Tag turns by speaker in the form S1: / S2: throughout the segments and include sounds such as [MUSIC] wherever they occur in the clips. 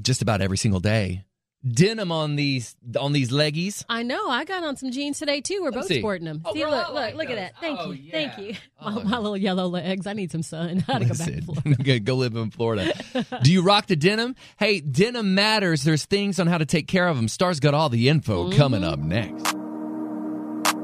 S1: just about every single day. Denim on these on these leggies.
S2: I know. I got on some jeans today too. We're
S1: Let me
S2: both
S1: see.
S2: sporting them.
S1: Oh,
S2: see,
S1: girl,
S2: look,
S1: I
S2: look,
S1: like
S2: look at
S1: those.
S2: that. Thank
S1: Oh,
S2: you,
S1: yeah.
S2: thank you.
S1: Oh,
S2: my,
S1: yeah.
S2: my little yellow legs. I need some sun. [LAUGHS] I gotta go back to Florida.
S1: Listen, [LAUGHS] go- go live in Florida. Do you rock the denim? Hey, denim matters. There's things on how to take care of them. Star's got all the info coming
S2: Mm-hmm.
S1: up next.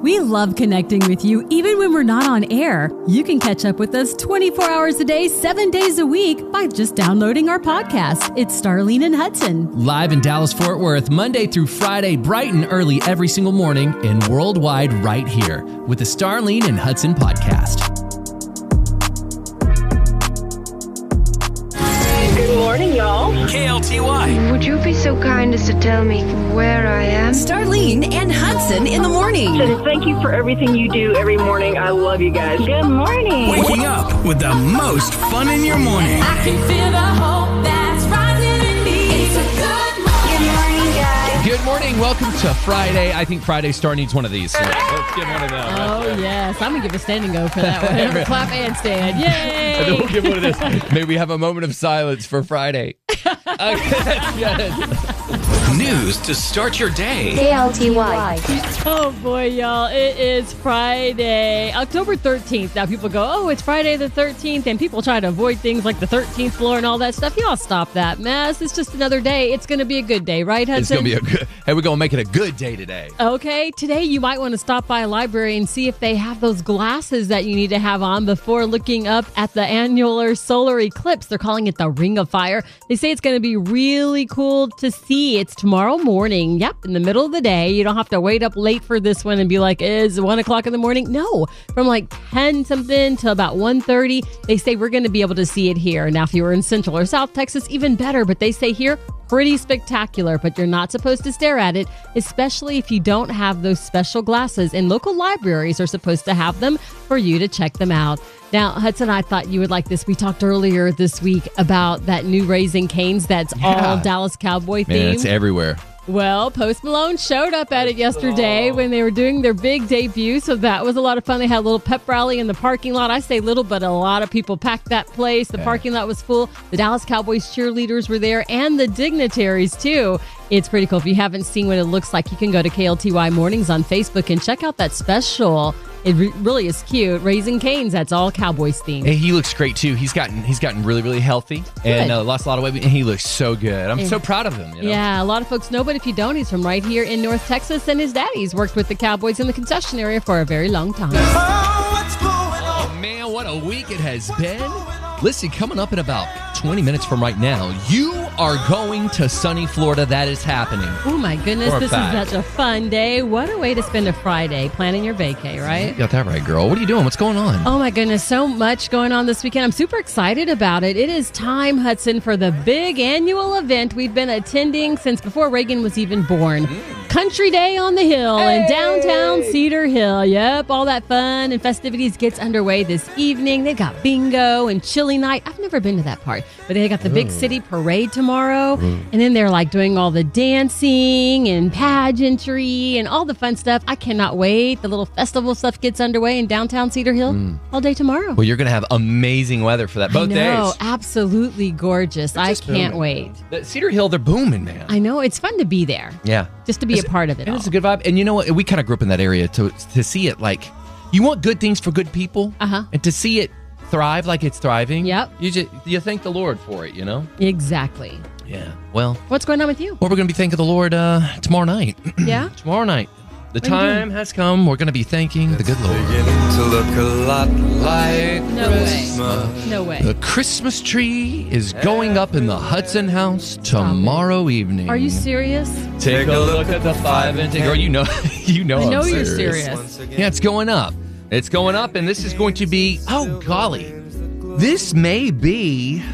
S3: We love connecting with you even when we're not on air. You can catch up with us 24 hours a day, seven days a week by just downloading our podcast. It's Starlene and Hudson.
S1: Live in Dallas, Fort Worth, Monday through Friday, bright and early every single morning, and worldwide right here with the Starlene and Hudson podcast.
S4: Good morning, y'all.
S5: KLTY.
S6: Would you be so kind as to tell me where I am?
S7: Starlene and Hudson in the morning.
S4: And thank you for everything you do every morning. I love you guys. Good morning.
S5: Waking up with the most fun in your morning.
S7: I can feel the hope that's rising in me. It's a good morning.
S1: Good morning. Welcome to Friday. I think Friday Star needs one of these. [LAUGHS]
S8: Let's get one of them.
S2: Oh yes, I'm gonna give a standing go for that
S1: [LAUGHS]
S2: one. Clap and stand.
S8: And then
S2: Yay!
S8: we'll get one of this.
S1: May we have a moment of silence for Friday. [LAUGHS] Yes.
S5: News to start your day.
S2: [LAUGHS] Oh boy, y'all. It is Friday, October 13th. Now people go, oh, it's Friday the 13th, and people try to avoid things like the 13th floor and all that stuff. Y'all stop that mess. It's just another day. It's gonna be a good day, right, Hudson?
S1: It's gonna be a good. Hey, we're gonna make it a good day today.
S2: Okay, today you might want to stop by a library and see if they have those glasses that you need to have on before looking up at the annular solar eclipse. They're calling it the Ring of Fire. They say it's going to be really cool to see. It's tomorrow morning. Yep, in the middle of the day. You don't have to wait up late for this one and be like, "Is one o'clock in the morning?" No, from like ten something to about 1.30, They say we're going to be able to see it here. Now, if you were in Central or South Texas, even better. But they say here pretty spectacular, but you're not supposed to stare at it, especially if you don't have those special glasses. And local libraries are supposed to have them for you to check them out. Now, Hudson, I thought you would like this. We talked earlier this week about that new Raising Canes that's all Dallas Cowboy
S1: Man, it's
S2: themed.
S1: everywhere.
S2: Well, Post Malone showed up at it yesterday when they were doing their big debut, so that was a lot of fun. They had a little pep rally in the parking lot. I say little, but a lot of people packed that place. The parking lot was full. The Dallas Cowboys cheerleaders were there and the dignitaries, too. It's pretty cool. If you haven't seen what it looks like, you can go to KLTY Mornings on Facebook and check out that special. It re- really is cute. Raising Canes, that's all Cowboys themed.
S1: Hey, he looks great too. He's gotten he's gotten really really healthy and
S2: Good.
S1: uh, lost a lot of weight. And he looks so good. I'm so proud of him. You know?
S2: Yeah, a lot of folks know, but if you don't, he's from right here in North Texas, and his daddy's worked with the Cowboys in the concession area for a very long time.
S1: Oh man, what a week it has been. Listen, coming up in about 20 minutes from right now, you are going to sunny Florida. That is happening.
S2: Oh my goodness,
S1: For a
S2: this
S1: fact.
S2: is such a fun day. What a way to spend a Friday planning your vacay, right?
S1: You got that right, girl. What are you doing? What's going on?
S2: Oh my goodness, so much going on this weekend. I'm super excited about it. It is time, Hudson, for the big annual event we've been attending since before Reagan was even born. Country Day on the Hill in downtown Cedar Hill. Yep, all that fun and festivities gets underway this evening. They've got bingo and chili night. I've never been to that part, but they got the
S1: Mm.
S2: big city parade tomorrow. And then they're like doing all the dancing and pageantry and all the fun stuff. I cannot wait. The little festival stuff gets underway in downtown Cedar Hill all day tomorrow.
S1: Well, you're going to have amazing weather for that. Mm. Both
S2: no,
S1: days.
S2: absolutely gorgeous. I can't wait.
S1: The Cedar Hill, they're booming, man.
S2: I know it's fun to be there,
S1: yeah.
S2: just to be a
S1: It's-
S2: part of it.
S1: And
S2: all.
S1: it's a good vibe. And you know what? We kind of grew up in that area to, to see it like you want good things for good people.
S2: Uh-huh.
S1: And to see it thrive like it's thriving.
S2: Yep.
S1: You just, you thank the Lord for it, you know?
S2: Exactly.
S1: Yeah. Well,
S2: What's going on with you?
S1: Well, we're going to be thanking the Lord uh, tomorrow night. [CLEARS THROAT]
S2: Yeah?
S1: tomorrow night. The time has come. We're going to be thanking the good Lord.
S9: to look a lot like
S2: No way. No way.
S1: The Christmas tree is going up in the Hudson House tomorrow evening.
S2: Are you serious?
S1: Take a look at the five and ten. Girl, you know, [LAUGHS] you know,
S2: I
S1: I'm
S2: know you're Oh, serious.
S1: Yeah, it's going up. It's going up, and this is going to be. Oh golly, this may be.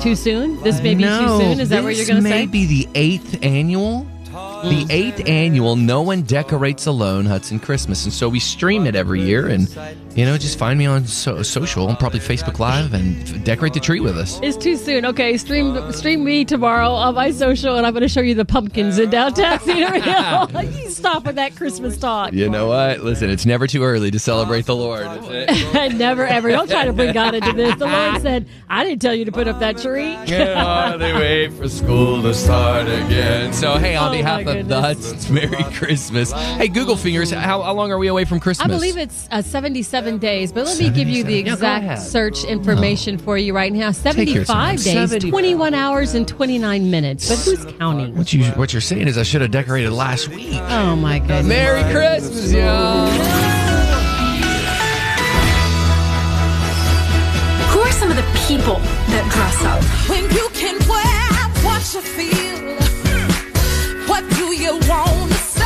S2: Too soon? This may be
S1: no,
S2: too soon? Is that what you're
S1: this
S2: going to
S1: may
S2: say?
S1: be the eighth annual. The eighth annual No One Decorates Alone Hudson Christmas. And so we stream it every year. And, you know, just find me on so- social, probably Facebook Live, and f- decorate the tree with us.
S2: It's too soon. Okay, stream stream me tomorrow on my social, and I'm going to show you the pumpkins in [LAUGHS] downtown Cedar Hill. [LAUGHS] you stop with that Christmas talk.
S1: You know what? Listen, it's never too early to celebrate the Lord.
S2: [LAUGHS] Never ever. Don't try to bring God into this. The Lord said, "I didn't tell you to put up that tree."
S1: Yeah, Gotta Uh, wait for school to start again. So, hey, on
S2: Oh,
S1: behalf
S2: my
S1: of the
S2: goodness.
S1: Hudson's, Merry Christmas. Hey, Google Fingers, how, how long are we away from Christmas?
S2: I believe it's uh, 77 days, but let me give you
S1: 77.
S2: the
S1: Yeah, go
S2: exact
S1: ahead.
S2: search information for you right now.
S1: your time.
S2: 75 days,
S1: 75.
S2: 21 hours and 29 minutes. But who's counting?
S1: What, you, what you're saying is I should have decorated last week.
S2: Oh my goodness.
S1: Merry Christmas, y'all.
S8: Who are some of the people that dress up?
S7: When you can wear what you feel, what do you want to say?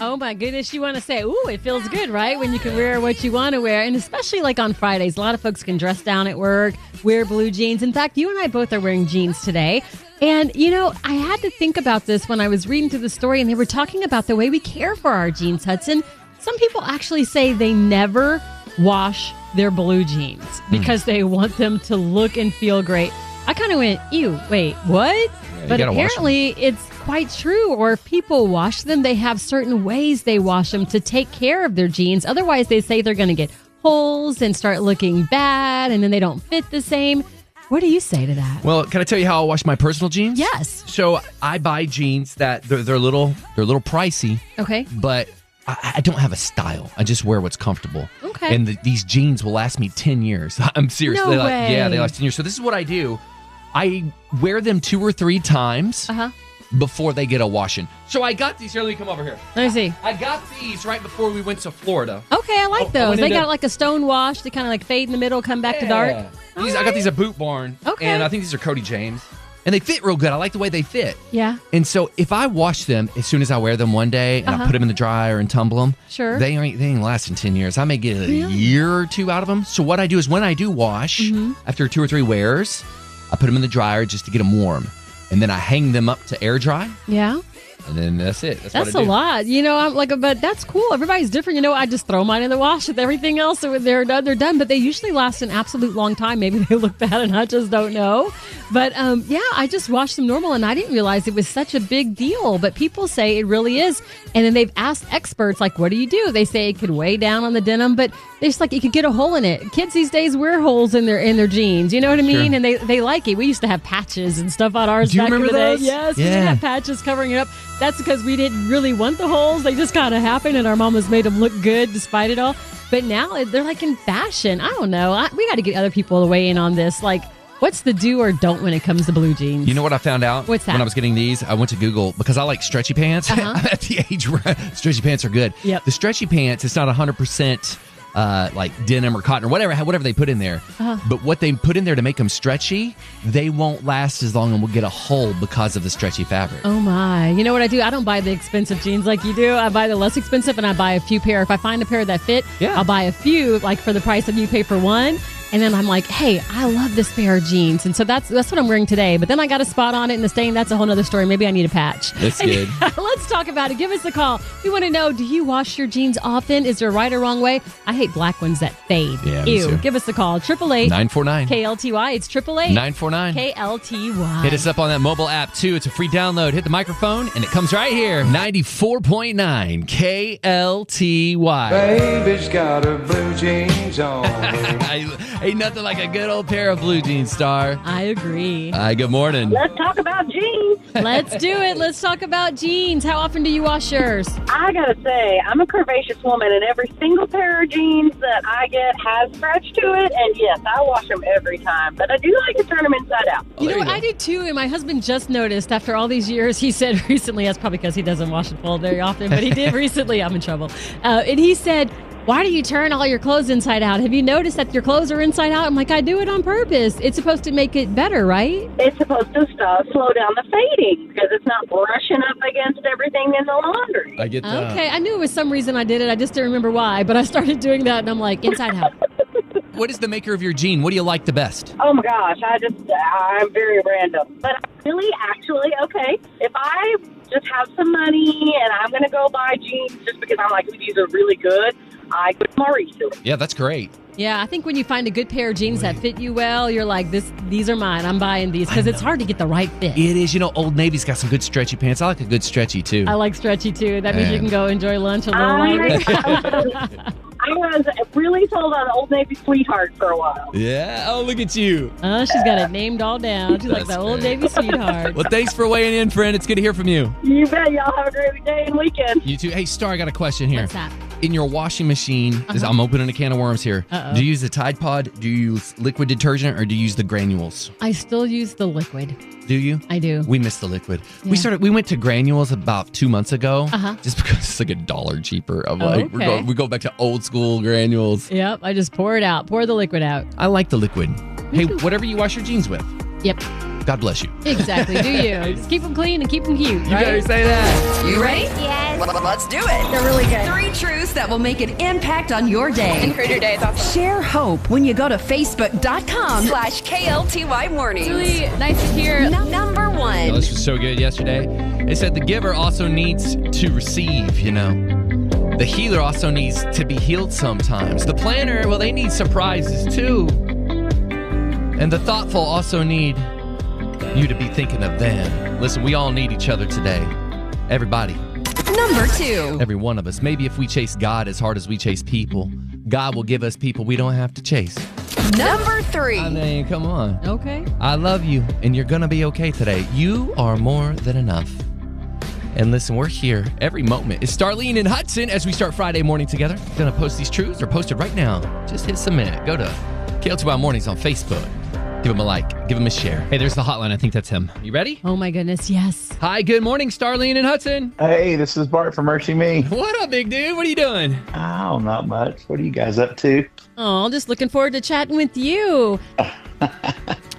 S2: Oh my goodness, you want to say, ooh, it feels good, right? When you can wear what you want to wear. And especially like on Fridays, a lot of folks can dress down at work, wear blue jeans. In fact, you and I both are wearing jeans today. And, you know, I had to think about this when I was reading through the story, and they were talking about the way we care for our jeans, Hudson. Some people actually say they never wash their blue jeans
S1: Hmm.
S2: because they want them to look and feel great. I kind of went, ew, wait, what? but
S1: gotta wash 'em.
S2: apparently, Apparently, it's quite true. Or if people wash them, they have certain ways they wash them to take care of their jeans. Otherwise, they say they're going to get holes and start looking bad, and then they don't fit the same. What do you say to that?
S1: Well, can I tell you how I wash my personal jeans?
S2: Yes.
S1: So I buy jeans that they're, they're little they're a little pricey,
S2: Okay.
S1: but I, I don't have a style. I just wear what's comfortable.
S2: Okay.
S1: And the, these jeans will last me ten years. [LAUGHS] I'm serious.
S2: No
S1: they like, Yeah,
S2: way.
S1: they last ten years. So this is what I do. I wear them two or three times
S2: Uh huh.
S1: before they get a washing. So I got these. Here, let me come over here.
S2: Let me see.
S1: I got these right before we went to Florida.
S2: Okay, I like
S1: Oh, I
S2: those.
S1: went
S2: they
S1: into-
S2: got like a stone wash. They kind of like fade in the middle, come back to dark.
S1: Yeah. These, I got these at Boot Barn.
S2: Okay.
S1: And I think these are Cody James. And they fit real good. I like the way they fit.
S2: Yeah.
S1: And so if I wash them as soon as I wear them one day and I put them in the dryer and tumble them,
S2: Uh-huh. Sure.
S1: they ain't they ain't lasting ten years. I may get a year or two out of them. So what I do is when I do wash
S2: Mm-hmm.
S1: after two or three wears, I put them in the dryer just to get them warm, and then I hang them up to air dry,
S2: Yeah.
S1: and then that's it. That's,
S2: That's
S1: what I
S2: a
S1: do.
S2: lot. You know, I'm like, but that's cool. Everybody's different. You know, I just throw mine in the wash with everything else. So when they're done, they're done. But they usually last an absolute long time. Maybe [LAUGHS] they look bad and I just don't know. But um, yeah, I just washed them normal and I didn't realize it was such a big deal. But people say it really is. And then they've asked experts, like, what do you do? They say it could weigh down on the denim, but they're just like, it could get a hole in it. Kids these days wear holes in their in their jeans. You know what I mean? And they, they like it. We used to have patches and stuff on ours
S1: Do you
S2: back in
S1: remember
S2: the
S1: those?
S2: day. Yes, we
S1: Yeah.
S2: did have patches covering it up. That's because we didn't really want the holes. They just kind of happened, and our mamas made them look good despite it all. But now it- they're like in fashion. I don't know. I, we got to get other people to weigh in on this. Like, what's the do or don't when it comes to blue jeans?
S1: You know what I found out?
S2: What's that? Uh-huh.
S1: When I was getting these, I went to Google because I like stretchy pants. I'm [LAUGHS] at the age where stretchy pants are good.
S2: Yep.
S1: The stretchy pants, it's not 100% uh, like denim or cotton or whatever, whatever they put in there.
S2: Uh-huh.
S1: But what they put in there to make them stretchy, they won't last as long and will get a hole because of the stretchy fabric.
S2: Oh my. You know what I do? I don't buy the expensive jeans like you do. I buy the less expensive and I buy a few pair. If I find a pair that fit,
S1: Yeah.
S2: I'll buy a few, like for the price of you pay for one. And then I'm like, hey, I love this pair of jeans. And so that's that's what I'm wearing today. But then I got a spot on it and the stain, that's a whole nother story. Maybe I need a patch. [LAUGHS]
S1: That's good.
S2: Let's talk about it. Give us a call. We want to know, do you wash your jeans often? Is there a right or wrong way? I hate black ones that fade.
S1: Yeah, me
S2: Ew.
S1: too.
S2: Give us a call. Triple eight
S1: 949.
S2: KLTY. It's triple eight
S1: 949.
S2: KLTY.
S1: Hit us up on that mobile app too. It's a free download. Hit the microphone and it comes right here. 94.9 KLTY.
S9: Baby's got her blue jeans on.
S1: [LAUGHS] I, ain't nothing like a good old pair of blue jeans, Star.
S2: I agree.
S1: Hi, good morning.
S4: Let's talk about jeans.
S2: Let's do it. Let's talk about jeans. How often do you wash yours?
S4: I gotta say, I'm a curvaceous woman, and every single pair of jeans that I get has scratch to it. And yes, I wash them every time, but I do like to turn them inside out.
S2: You
S1: Oh, there
S2: know
S1: you
S2: what?
S1: go.
S2: I do too. And my husband just noticed after all these years, he [LAUGHS] said recently, that's probably because he doesn't wash and fold very often, but
S1: [LAUGHS]
S2: he did recently. I'm in trouble. Uh, and he said, Why do you turn all your clothes inside out? Have you noticed that your clothes are inside out? I'm like, I do it on purpose. It's supposed to make it better, right?
S4: It's supposed to stop, slow down the fading because it's not brushing up against everything in the laundry.
S1: I get uh, that.
S2: Okay. I knew it was some reason I did it. I just didn't remember why, but I started doing that and I'm like, Inside
S1: [LAUGHS]
S2: out.
S1: What is the maker of your jean? What do you like the best?
S4: Oh my gosh, I just, I'm very random. But really, actually, okay, if I just have some money and I'm going to go buy jeans just because I'm like, "Ooh, these are really good, I go to Mauricio.
S1: Yeah, that's great.
S2: Yeah, I think when you find a good pair of jeans that fit you well, you're like, this, these are mine. I'm buying these because it's hard to get the right fit.
S1: It is. You know, Old Navy's got some good stretchy pants. I like a
S2: Oh.
S1: good stretchy too.
S2: I like stretchy too. That means you
S1: Man.
S2: can go enjoy lunch a little
S4: I,
S2: later.
S4: I I was really sold on Old Navy Sweetheart for a while.
S1: Yeah. Oh, look at you.
S2: Uh, she's got it named all down. She's like
S1: That's
S2: the old
S1: great.
S2: Navy sweetheart.
S1: Well, thanks for weighing in, friend. It's good to hear from you.
S4: You bet. Y'all have a great day and weekend.
S1: You too. Hey, Star, I got a question [LAUGHS] here.
S2: What's that?
S1: In your washing machine, this- I'm opening a can of worms here.
S2: Uh-huh. Uh-oh.
S1: Do you use the Tide Pod? Do you use liquid detergent or do you use the granules?
S2: I still use the liquid.
S1: Do you?
S2: I do.
S1: We missed the liquid.
S2: Yeah.
S1: We started. We went to granules about two months ago,
S2: Uh-huh.
S1: just [LAUGHS] because it's like a dollar cheaper. Of like we're
S2: Okay.
S1: going, we go back to old school granules.
S2: Yep, I just pour it out. Pour the liquid out.
S1: I like the liquid. Hey, whatever you wash your jeans with,
S2: Yep,
S1: God bless you.
S2: exactly. Do you? [LAUGHS] Just keep them clean and keep them cute, right?
S1: say that.
S10: You ready? Yes. let's do it. They're really good. Three truths that will make an impact on your day.
S7: Improve your day. It's awesome.
S10: Share hope when you go to facebook.com slash KLTY mornings.
S2: nice to hear.
S10: Num- Number
S1: Oh,
S10: one.
S1: this was so good yesterday. It said the giver also needs to receive. You know, the healer also needs to be healed sometimes. The planner, well, they need surprises too, and the thoughtful also need you to be thinking of them. Listen, we all need each other today. Everybody.
S10: Number two.
S1: Every one of us. Maybe if we chase God as hard as we chase people, God will give us people we don't have to chase.
S10: Number
S1: I
S10: three.
S1: mean, come on.
S2: Okay.
S1: I love you, and you're going to be okay today. You are more than enough. And listen, we're here every moment. It's Starlene and Hudson as we start Friday morning together. Gonna post these truths. They're posted right now. Just hit submit. Go to KL2Y Mornings on Facebook. Give them a like. Give them a share. Hey, there's the hotline. I think that's him. You ready?
S2: Oh my goodness, yes.
S1: Hi, good morning, Starlene and Hudson.
S9: Hey, this is Bart from Mercy Me.
S1: What up, big dude? What are you doing?
S9: Oh, not much. What are you guys up to?
S2: Oh, just looking forward to chatting with you.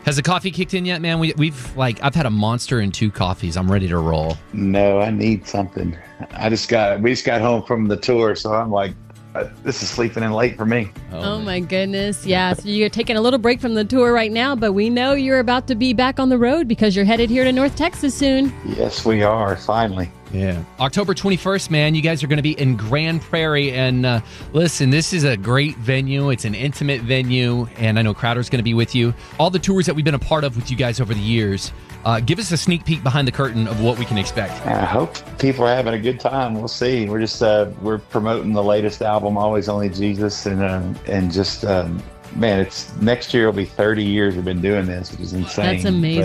S1: Has the coffee kicked in yet, man? We, we've like I've had a monster and two coffees. I'm ready to roll.
S9: No, I need something. I just got we just got home from the tour, so I'm like, uh, this is sleeping in late for me.
S2: Oh, my goodness, yeah. So you're taking a little break from the tour right now, but we know you're about to be back on the road because you're headed here to North Texas soon.
S9: Yes, we are finally.
S1: Yeah. October 21st, man. You guys are going to be in Grand Prairie, and uh, listen, this is a great venue. It's an intimate venue, and I know Crowder's going to be with you. All the tours that we've been a part of with you guys over the years. Uh, give us a sneak peek behind the curtain of what we can expect.
S9: I hope people are having a good time. We'll see. We're just uh, we're promoting the latest album, Always Only Jesus, and um, and just um, man, it's next year will be 30 years we've been doing this, which is insane.
S2: That's amazing.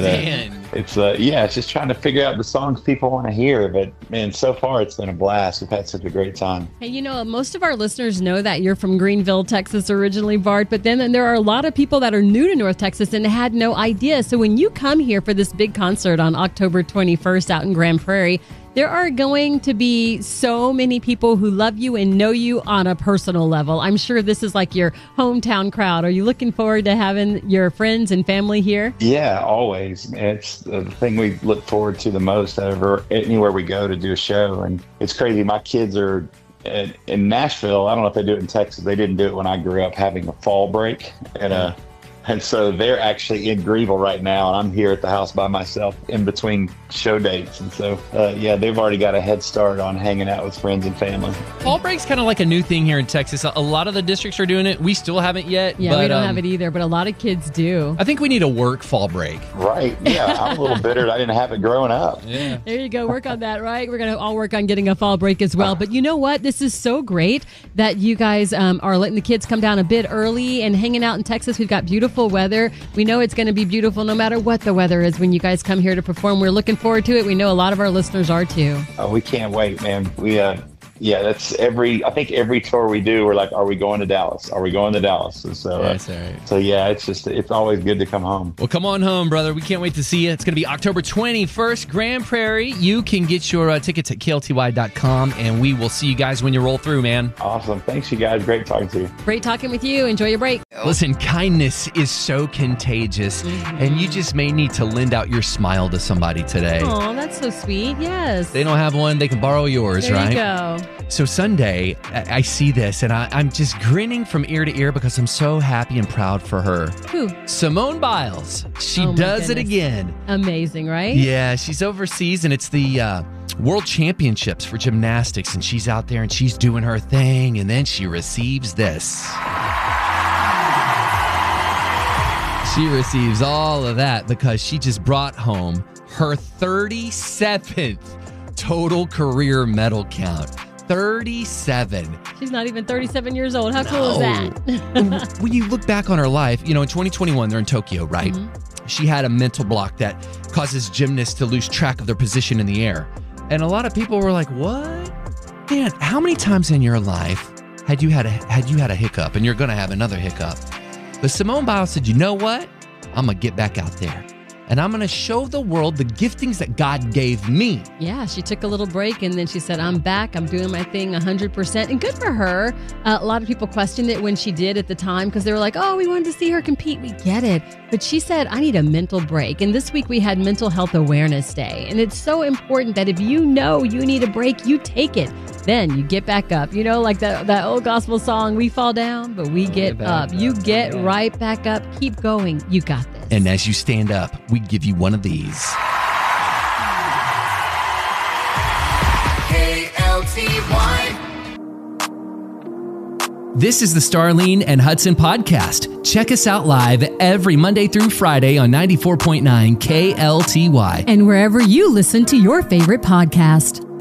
S9: But, uh,
S1: Man,
S9: it's uh, yeah, it's just trying to figure out the songs people want to hear. But man, so far it's been a blast. We've had such a great time.
S2: Hey, you know, most of our listeners know that you're from Greenville, Texas originally, Bart, but then there are a lot of people that are new to North Texas and had no idea. So when you come here for this big concert on October 21st out in Grand Prairie, there are going to be so many people who love you and know you on a personal level. I'm sure this is like your hometown crowd. Are you looking forward to having your friends and family here?
S9: Yeah, always. It's the thing we look forward to the most over anywhere we go to do a show. And it's crazy. My kids are in, in Nashville. I don't know if they do it in Texas. They didn't do it when I grew up, having a fall break. And, uh, and so they're actually in Greenville right now. And I'm here at the house by myself in between show dates. And so, uh, yeah, they've already got a head start on hanging out with friends and family.
S1: fall break's kind of like a new thing here in Texas. A a lot of the districts are doing it. We still haven't yet.
S2: Yeah, we
S1: but,
S2: don't
S1: um,
S2: have it either, but a lot of kids do.
S1: I think we need a work fall break.
S9: Right. Yeah. I'm a little bitter that I didn't have it growing up.
S1: Yeah.
S2: There you go. Work on that, right? We're going to all work on getting a fall break as well. But you know what? This is so great that you guys um, are letting the kids come down a bit early and hanging out in Texas. We've got beautiful weather. We know it's going to be beautiful no matter what the weather is when you guys come here to perform. We're looking forward to it. We know a lot of our listeners are too.
S9: Oh, we can't wait, man. We uh yeah, that's every I think every tour we do, we're like, Are we going to Dallas? Are we going to Dallas? And so uh,
S1: That's all right.
S9: so yeah, it's just it's always good to come home.
S1: Well, come on home, brother. We can't wait to see you. It's going to be October 21st, Grand Prairie. You can get your uh, tickets at klty.com, and we will see you guys when you roll through, man.
S9: Awesome. Thanks you guys. Great talking to you.
S2: Great talking with you. Enjoy your break.
S1: Listen, kindness is so contagious, and you just may need to lend out your smile to somebody today.
S2: Oh, that's so sweet. Yes.
S1: They don't have one, they can borrow yours,
S2: there
S1: right?
S2: you go.
S1: So Sunday, I, I see this, and I, I'm just grinning from ear to ear because I'm so happy and proud for her.
S2: Whew.
S1: Simone Biles, she
S2: Oh my
S1: does it
S2: goodness.
S1: again.
S2: Amazing, right?
S1: Yeah, she's overseas and it's the uh, World Championships for gymnastics, and she's out there and she's doing her thing, and then she receives this. She receives all of that because she just brought home her 37th total career medal count. 37.
S2: She's not even 37 years old. How cool is that?
S1: when you look back on her life, you know, in 2021, they're in Tokyo, right? She had a mental block that causes gymnasts to lose track of their position in the air. And a lot of people were like, what? Man, how many times in your life had you had a had you had a hiccup and you're gonna have another hiccup? But Simone Biles said, you know what? I'm gonna get back out there. And I'm gonna show the world the giftings that God gave me.
S2: Yeah, she took a little break and then she said, I'm back. I'm doing my thing 100%. And good for her. Uh, a lot of people questioned it when she did at the time because they were like, oh, we wanted to see her compete. We get it. But she said, I need a mental break. And this week we had Mental Health Awareness Day. And it's so important that if you know you need a break, you take it. Then you get back up. You know, like that, that old gospel song, we fall down, but we get up. You get right back up. Keep going. You got this.
S1: And as you stand up, we give you one of these.
S11: This is the Starlene and Hudson podcast. Check us out live every Monday through Friday on 94.9 KLTY.
S3: and wherever you listen to your favorite podcast.